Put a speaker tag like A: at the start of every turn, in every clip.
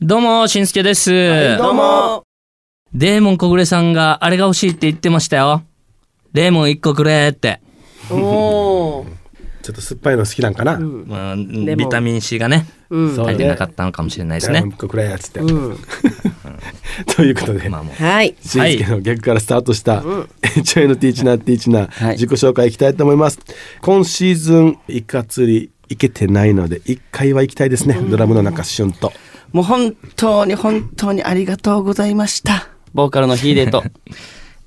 A: どうも、しんすけです、
B: どうも
A: デーモン小暮さんがあれが欲しいって言ってましたよ。レーモン一個くれって。
B: おー
C: ちょっと酸っぱいの好きなんかな。
A: まあ、
B: モン
A: ビタミン C がね、
B: うん
C: そう
A: 足
C: ね
A: りてなかったのかもしれないです
C: もう
A: ね。
C: 一個くらいやつって。
B: うん
C: ということで、
A: まあもう。
B: はい
C: しんすけの逆からスタートした、HI のティーチナーティーチナー、
D: はい
C: 自己紹介いきたいと思います。今シーズン、イカ釣り、行けてないので、一回は行きたいですね。ドラムの中旬と。
D: もう本当に本当にありがとうございました。ボーカルのヒーデ ーと。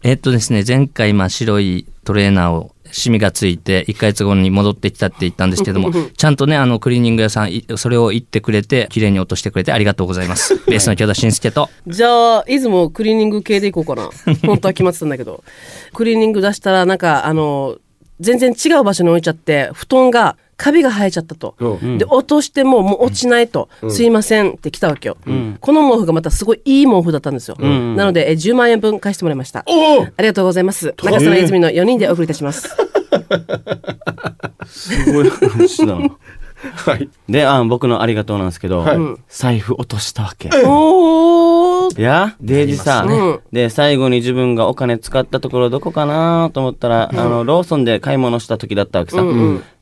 A: えっとですね、前回、まあ、白いトレーナーを、シミがついて、1ヶ月後に戻ってきたって言ったんですけ ども、ちゃんとね、あの、クリーニング屋さん、いそれを言ってくれて、綺麗に落としてくれてありがとうございます。ベースの京田しんすけと、
B: じゃあいつもクリーニング系でいこうか な本当は決まってたんだけどクリーニング出したらなんかあの全然違う場所に置いちゃって布団がカビが生えちゃったと、で落としてももう落ちないと、すいませんって来たわけよ、この毛布がまたすごいいい毛布だったんですよ、なのでえ10万円分返してもらいましたありがとうございます中澤泉の4人でお送りいたします
D: すごい話だな。
C: はい。
D: で、あ僕のありがとうなんですけど、
C: はい
D: 財布落としたわけ。
B: おー
D: いや、デイジさ、
B: なりますね
D: で、最後に自分がお金使ったところどこかなと思ったら、あの、ローソンで買い物した時だったわけさ。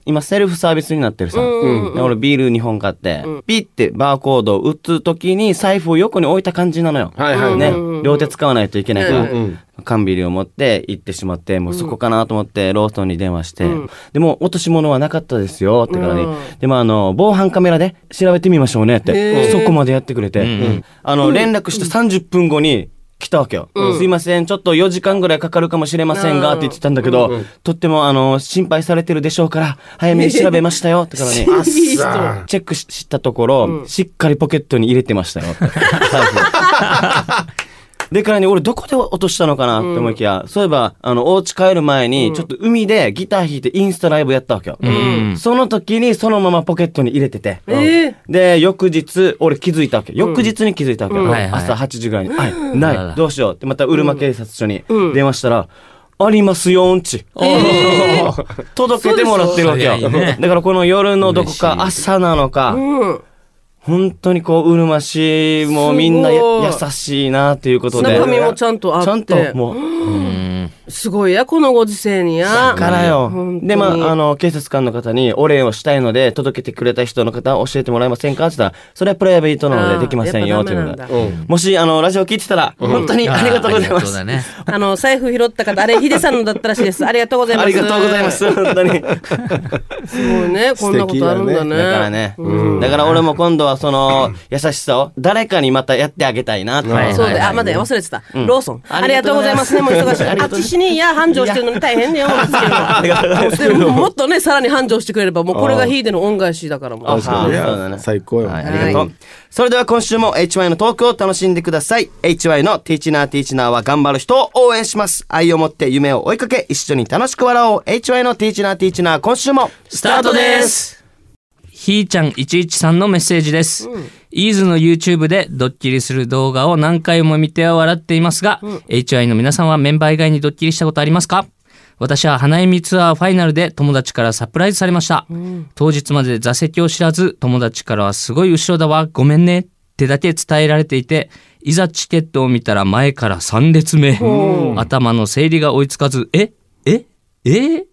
D: 今、セルフサービスになってるさ。で俺、ビール2本買って、ピッてバーコードを打つ時に財布を横に置いた感じなのよ。
C: はいはい。
D: ね、両手使わないといけないから、
C: うんうん
D: 缶ビールを持って行ってしまって、もうそこかなと思ってローソンに電話して、でも落とし物はなかったですよってからに、でもあの、防犯カメラで調べてみましょうねって、そこまでやってくれて、あの、連絡して30分後に、来たわけよ、すいません、ちょっと4時間ぐらいかかるかもしれませんが、って言ってたんだけど、とっても、あの、心配されてるでしょうから、早めに調べましたよ、ってからね、
B: いい人
C: さ
D: チェックししたところ、しっかりポケットに入れてました よ。財布でからね、俺どこで落としたのかなって思いきや、そういえば、あの、お家帰る前に、ちょっと海でギター弾いてインスタライブやったわけよ。その時にそのままポケットに入れてて。
B: え
D: で、翌日、俺気づいたわけ。翌日に気づいたわけ。
A: はいはい
D: 朝8時ぐらいに。あ
A: あら
D: な
A: ら
D: い。どうしようって、また、うるま警察署に電話したら、ありますよんち。 届けてもらってるわけよ。
A: そうですよ
D: だからこの夜のどこか朝なのか、
B: うん
D: 本当にこう、うるま市もみんなや
B: すごい
D: 優しいなっていうことで。
B: 中身もちゃんとあって
D: ちゃんともう、
B: すごいやこのご時世にや
D: だから
B: 本
D: よ。
B: 当に
D: で、まあ、あの、警察官の方にお礼をしたいので、届けてくれた人の方教えてもらえませんかって言ったら、それはプライベートなのでできません
B: あ
D: よ、
B: ー
D: とい
B: や
D: う
B: っ
D: こ
B: ぱ
D: と
B: ダメ
D: で。
B: なんだ
D: もし、あの、ラジオ聞いてたら、本当にありがとうござ
A: あーあ
D: いま
A: りがとうだ
D: す。
A: ね。
B: あの財布拾った方あれヒデさんのだったらしいですありがとうございま
D: あ
B: す
D: りがとうございます、本当に。
B: すごいねこんなことあるんだね
D: だからね。だから俺も今度はその、優しさを、誰かにまたやってあげたいな、と
A: はい
B: そうだよ
A: は
B: あまだよ忘れてた、ローソンあ
D: あ
B: り
D: り
B: がと
D: がと
B: う
D: う
B: ご
D: ご
B: ざ
D: ざ
B: い
D: い
B: ま
D: ますす
B: ねもう忙しいあっちにいや繁盛してるのに大変だよつけるのはでももっとねさらに繁盛してくれればもうこれがヒーデの恩返しだからもう
C: 確かに
D: あーそうだ
C: ね。
D: ね
C: 最高よ。
D: はい、ありがとう。それでは今週も HY のトークを楽しんでください。HY のティーチナーティーチナーは頑張る人を応援します。愛を持って夢を追いかけ、一緒に楽しく笑おう。HY のティーチナーティーチナー、今週もスタートです
A: ひーちゃん113のメッセージです。イーズの YouTube でドッキリする動画を何回も見ては笑っていますが、HI の皆さんはメンバー以外にドッキリしたことありますか私は花見ツアーファイナルで友達からサプライズされました。当日まで座席を知らず、友達からはすごい後ろだわ、ごめんねってだけ伝えられていて、いざチケットを見たら前から3列目。頭の整理が追いつかず、えええ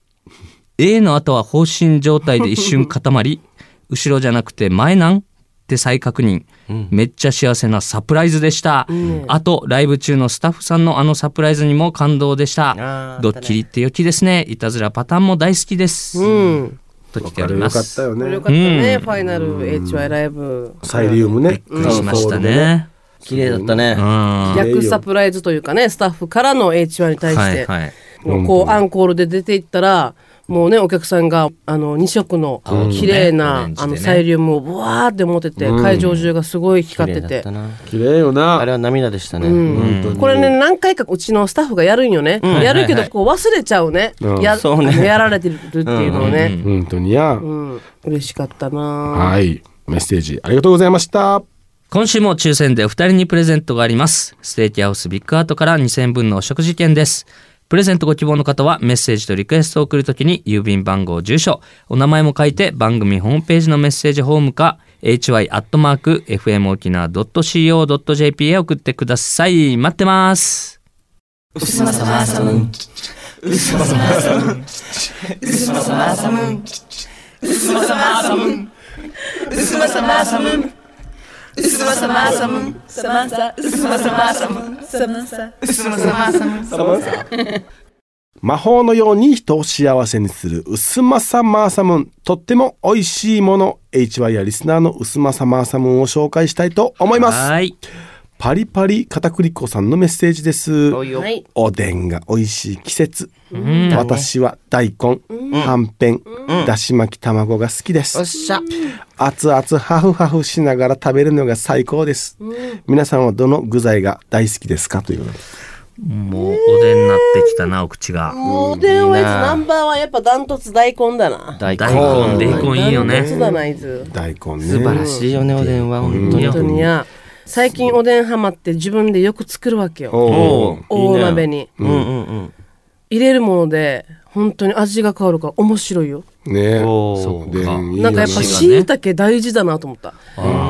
A: A の後は放心状態で一瞬固まり 後ろじゃなくて前なんって再確認、めっちゃ幸せなサプライズでした、あとライブ中のスタッフさんのあのサプライズにも感動でした
D: ーあった
A: ド
D: ね
A: ッキリって良きですねいたずらパターンも大好きです、
B: うん
A: と来て
C: あ
A: おり
C: れよ
A: ま
C: かっ
A: す
C: たよ
B: これ
C: ね
B: よ。かったね、ファイナル HY ライブ
C: サイリウムね。
A: びっくりしました。ね
D: 綺麗だったね。
A: うん
B: 逆サプライズというかねスタッフからの HY に対して、
A: はいはい
B: もうこうアンコールで出ていったらもうねお客さんがあの2色の綺麗な、
A: オレンジ
B: あ
A: でね
B: のサイリウムをブワーって持ってて、会場中がすごい光ってて。
D: な。
C: 綺麗よ
D: あ
C: な。
D: れは涙でしたね。
C: 本
B: これね何回かうちのスタッフがやるんよね、やるけどこう忘れちゃうね,、
C: うん
B: や
D: そうね
B: あのやられてるっていうのをね、
C: 本当にや。
B: うん嬉しかったな
C: はい。メッセージありがとうございました。
A: 今週も抽選でお二人にプレゼントがあります。ステーキハウスビッグアートから2000分のお食事券です。プレゼントご希望の方はメッセージとリクエストを送るときに郵便番号住所お名前も書いて番組ホームページのメッセージホームか hy.fmokina.co.jp へ送ってください待ってます
C: 魔法のように人を幸せにする薄まさマーサムーンとっても美味しいもの HY やリスナーの薄まさマーサムーンを紹介したいと思います
A: はい
C: パリパリ片栗粉さんのメッセージです
B: はい。
C: おでんが美味しい季節
A: うん
C: 私は大根、はんぺん、だし巻き卵が好きです。
D: おっしゃ。
C: 熱々ハフハフしながら食べるのが最高です。皆さんはどの具材が大好きですかということです。
A: もうおでんになってきたなお口が
B: もう電話いつナンバーはやっぱダントツ大根だな。
D: 大根。
A: 大根ベーコンいいよ
B: ダントツ
A: ね
B: だな、いず。
C: 大根ね。
D: 素晴らしいよね、おでんは。本当
A: うん
D: に
B: 本。当にや。最近おでんハマって自分でよく作るわけよ。
C: おー
B: 大鍋に。
D: うんうんうん。
B: 入れるもので、本当に味が変わるから面白いよ。
C: ね
D: おー
C: そうでいいよ
B: なんかやっぱ
A: し
B: 椎茸大事だなと思った。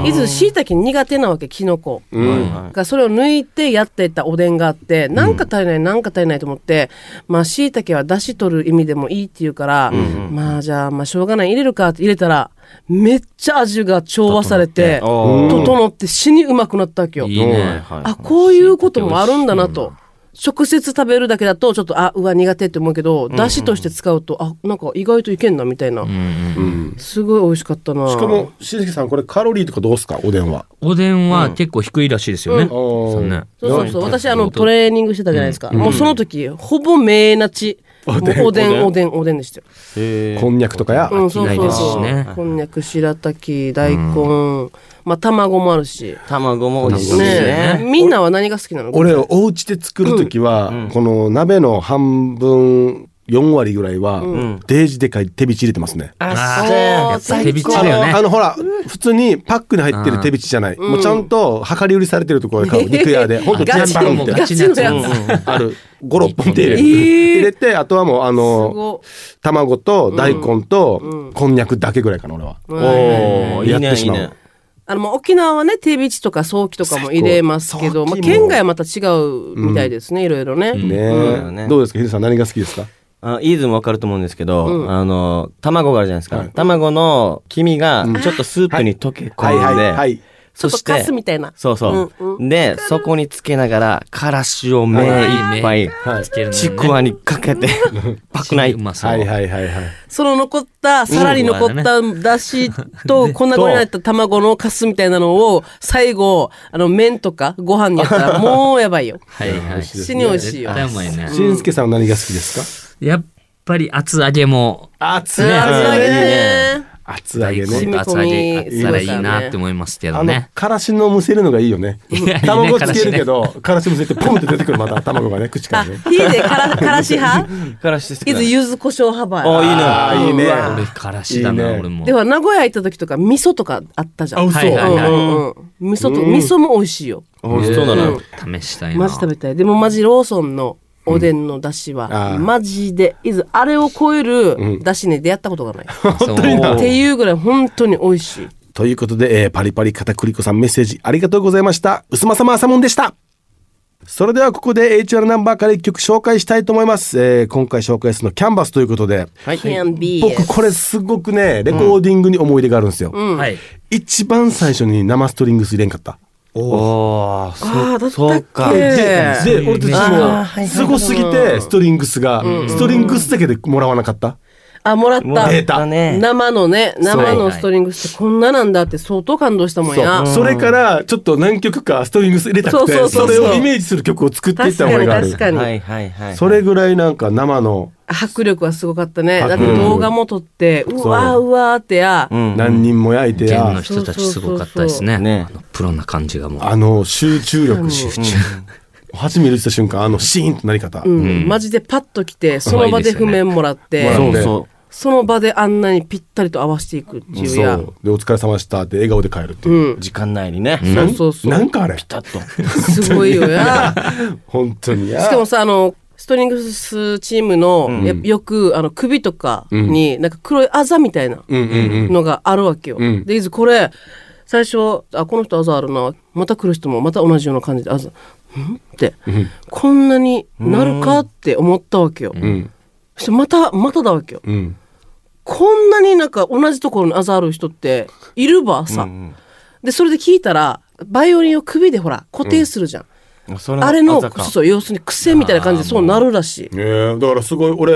B: いず椎茸苦手なわけ、キノコ。
C: うん
B: だからそれを抜いてやっていったおでんがあって、なんか足りない、なんか足りないと思って、まあ、椎茸は出汁取る意味でもいいって言うから、まあ、じゃあ、まあ、しょうがない、入れるかって入れたら、めっちゃ味が調和されて、
D: おー
B: 整って死にうまくなったわけよ。
A: いいね
D: はい
B: あ、こういうこともあるんだなと。直接食べるだけだと、ちょっと、あ、うわ、苦手って思うけど、出汁として使うと、あ、なんか意外といけんな、みたいな。
C: うん
B: すごい美味しかったな。
C: しかも、しずきさん、これカロリーとかどうすかおでんは。
A: おでんは結構低いらしいですよね、
C: おー
A: そうね
B: そうそうそう。私、あの、トレーニングしてたじゃないですか。もうその時、ほぼ名なち。もうおでん、おでん、おでんでしたよ。
D: へー
C: こんにゃくとかや。
B: うん、そう
A: 飽きな
B: そ
A: いうですし
B: そう
A: ね。
B: こんにゃく、白滝、大根、まあ、卵もあるし。
D: 卵も美味しいし
B: ねえ
D: ね。
B: みんなは何が好きなの
C: 俺、お家で作るときは、この鍋の半分、4割ぐらいは、デージでかい手びち入れてますね。
A: あ
B: そう
A: あ、やっぱ手びちだよ
C: あのあ
A: ね。
C: のほら、普通にパックに入ってる手引きじゃない。もうちゃんと量り売りされてるところで買う。肉屋で。ほんと
A: ガ
C: 全
A: チ
C: パン
A: もう
C: って
A: ガ
B: ガ
A: チ
B: チ
A: な
B: な
A: や
B: や
A: つ
B: つ
C: ある。5、6本って入れる。
B: えー
C: 入れて、あとはもうあ
B: す
C: の、
B: ご
C: 卵と大根とこんにゃくだけぐらいかな、俺は。
D: おーいい
C: やって
D: ね、い
C: し
D: い
C: まう
D: ね。
B: あの、まあ沖縄はね、手びちとか早期とかも入れますけど、
C: 早
B: まあ、
C: 期も
B: 県外はまた違うみたいですね、いろいろね。
D: うん
C: ねえ。どうですか、ヒデさん何が好きですか
D: あのイーズもわかると思うんですけど、あの、卵があるじゃないですか。卵の黄身が、ちょっとスープに溶け
C: はい
D: 込
C: は
D: ん
C: い
D: で、
C: はい。
B: ちょっとカスみたいな。
D: そうそう。で、そこにつけながら、からしを目いっぱい、
C: はい
A: つけるのね。
D: ちくわにかけて、パクないう
A: まそう。
C: はいはいはいはい。
B: その残った、さらに残っただしと、こんな粉になった卵のカスみたいなのを、最後、あの、麺とかご飯にやったら、もうやばいよ。
A: はいはい。
B: 死に美味しいよ
A: 絶。対うまいね。
C: しんすけさんは何が好きですか
A: やっぱり厚揚げも、
B: 厚
C: 厚
B: 揚げね。
C: 厚揚げ
A: 大
C: ね
A: 根。と厚揚げあったらいいなって思いますけ
C: あ
A: ど
C: の
A: ね。、
C: からしのむせるのがいいよね
A: いや。
C: 卵つけるけど、からしむせてポンって出てくる、また卵がね、口から
B: あ、
C: ね。
B: 家でから、からし派
D: からしですけ
B: い
D: ど
B: ず、柚子胡椒派ば
D: あいいね
C: あーいいね。
A: 俺、からしだな、
C: いいね
A: 俺も
B: で。は、名古屋行った時とか、味噌とかあったじゃん。
A: 嘘はいはいはい
B: うんうんうん。味噌と、味噌も美味しいよ。
D: 美味しそうだな。
A: 試したいな。
B: マジ食べたい。でもマジローソンのおでんの出汁は、
C: あー
B: マジで、いず、あれを超える出汁に出会ったことがない。
A: そうお
B: っていうぐらい本当に美味しい。
C: ということで、えーパリパリ片栗粉さんメッセージありがとうございました。うすまさまあさもんでした。それではここで HR ナンバーから一曲紹介したいと思います。えー今回紹介するのキャンバスということで、
D: はい。
B: Can be.
C: 僕これすごくね、レコーディングに思い出があるんですよ。
A: はい。
C: 一番最初に生ストリングス入れんかった。
D: おー、
B: ああ、だ
D: そ
B: った
D: そう
B: っ
D: か。
B: け
C: で、俺たち
B: あーはい
C: もすごすぎて、ストリングスが、ストリングスだけでもらわなかった。
B: あ、もらっ
D: も
B: た
D: う。
C: データ
D: ね。
B: 生のね、生のストリングスってこんななんだって相当感動したもんや。
C: それからちょっと何曲かストリングス入れたくて
B: そうそうそ
C: そう
B: そう
C: れをイメージする曲を作っていっ
B: 確
C: た
B: か
C: 覚え
B: に
C: がある
B: 確かに、
D: はいはいはい。
C: それぐらいなんか生の
B: 迫力はすごかったね。
C: 迫
B: だって
C: 力
B: 動画も撮って、うわーうわーってや。
D: うん、
C: 何人も焼いて
A: 県
C: や
A: の人たちすごかったですね。
D: そうそうそう
A: あのプロな感じがもう。
C: あの集中力集中初めてした瞬間あのシーンとなり方
B: うん、マジでパッと来て、その場で譜面もらって、
C: うん
D: そうそ
B: その場であんなにぴったりと合わせていくっていう
C: そ
B: や。
C: うでお疲れ様でしたって笑顔で帰るって
B: う
C: いうん
D: う。。時間内にね。
B: そ
C: な
B: うんそうそう。
C: なんかあれ
D: ピタッと。
B: すごいよや。
C: 本当に
B: しかもさ、あの、ストリングスチームの、やっぱよくあの首とかになんか黒いあざみたいな
C: うんうんうん。
B: のがあるわけよ。
C: ん
B: でいずこれ最初あこの人あざあるなまた来る人もまた同じような感じであざんって、こんなになるかって思ったわけよ。
C: うん
B: そしてまたまただわけよ。
C: うん。
B: こんなになんか同じところにあざある人っているばさ。でそれで聞いたらバイオリンを首でほら固定するじゃん。
D: そ
B: あれの
D: 技か
B: そう要するに癖みたいな感じでそうなるらしい。
C: ええ、だからすごい俺、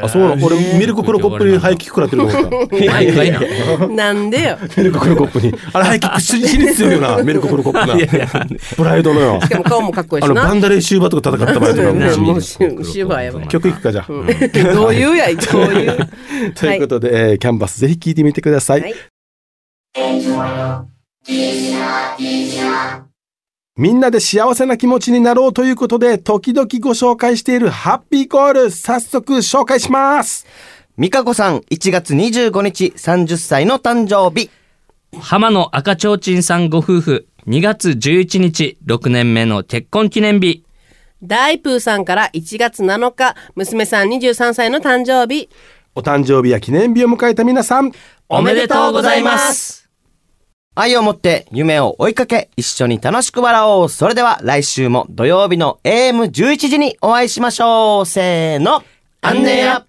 C: あ、そうなの、俺ミルク黒コップにハイキック食らっ てると思った。
A: ないかいな。い
B: なんでよ。
C: ミルク黒コップに。あれハイキックしに強いよ な、ミルク黒コップ
A: やい
C: が。
A: や
C: プライドのよ
B: し。かも顔もかっこいい
C: あ
B: し
C: の
B: な。
C: バンダレーシューバーとか戦った場合とかも
B: ね
C: う
B: もう
C: 地
B: しシュバーやばい。
C: 曲いくかじゃ あ。
B: どういうやい、どういう。
C: ということで、えーキャンバスぜひ聴いてみてください。
B: はい
C: みんなで幸せな気持ちになろうということで、時々ご紹介しているハッピーコール、早速紹介します。
D: 美香子さん、1月25日、30歳の誕生日。
A: 浜野赤ちょうちんさんご夫婦、2月11日、6年目の結婚記念日。
B: 大プーさんから1月7日、娘さん23歳の誕生日。
C: お誕生日や記念日を迎えた皆さん、
A: おめでとうございます。
D: 愛を持って夢を追いかけ、一緒に楽しく笑おう。それでは来週も土曜日の AM11 時にお会いしましょう。せーの。アンネや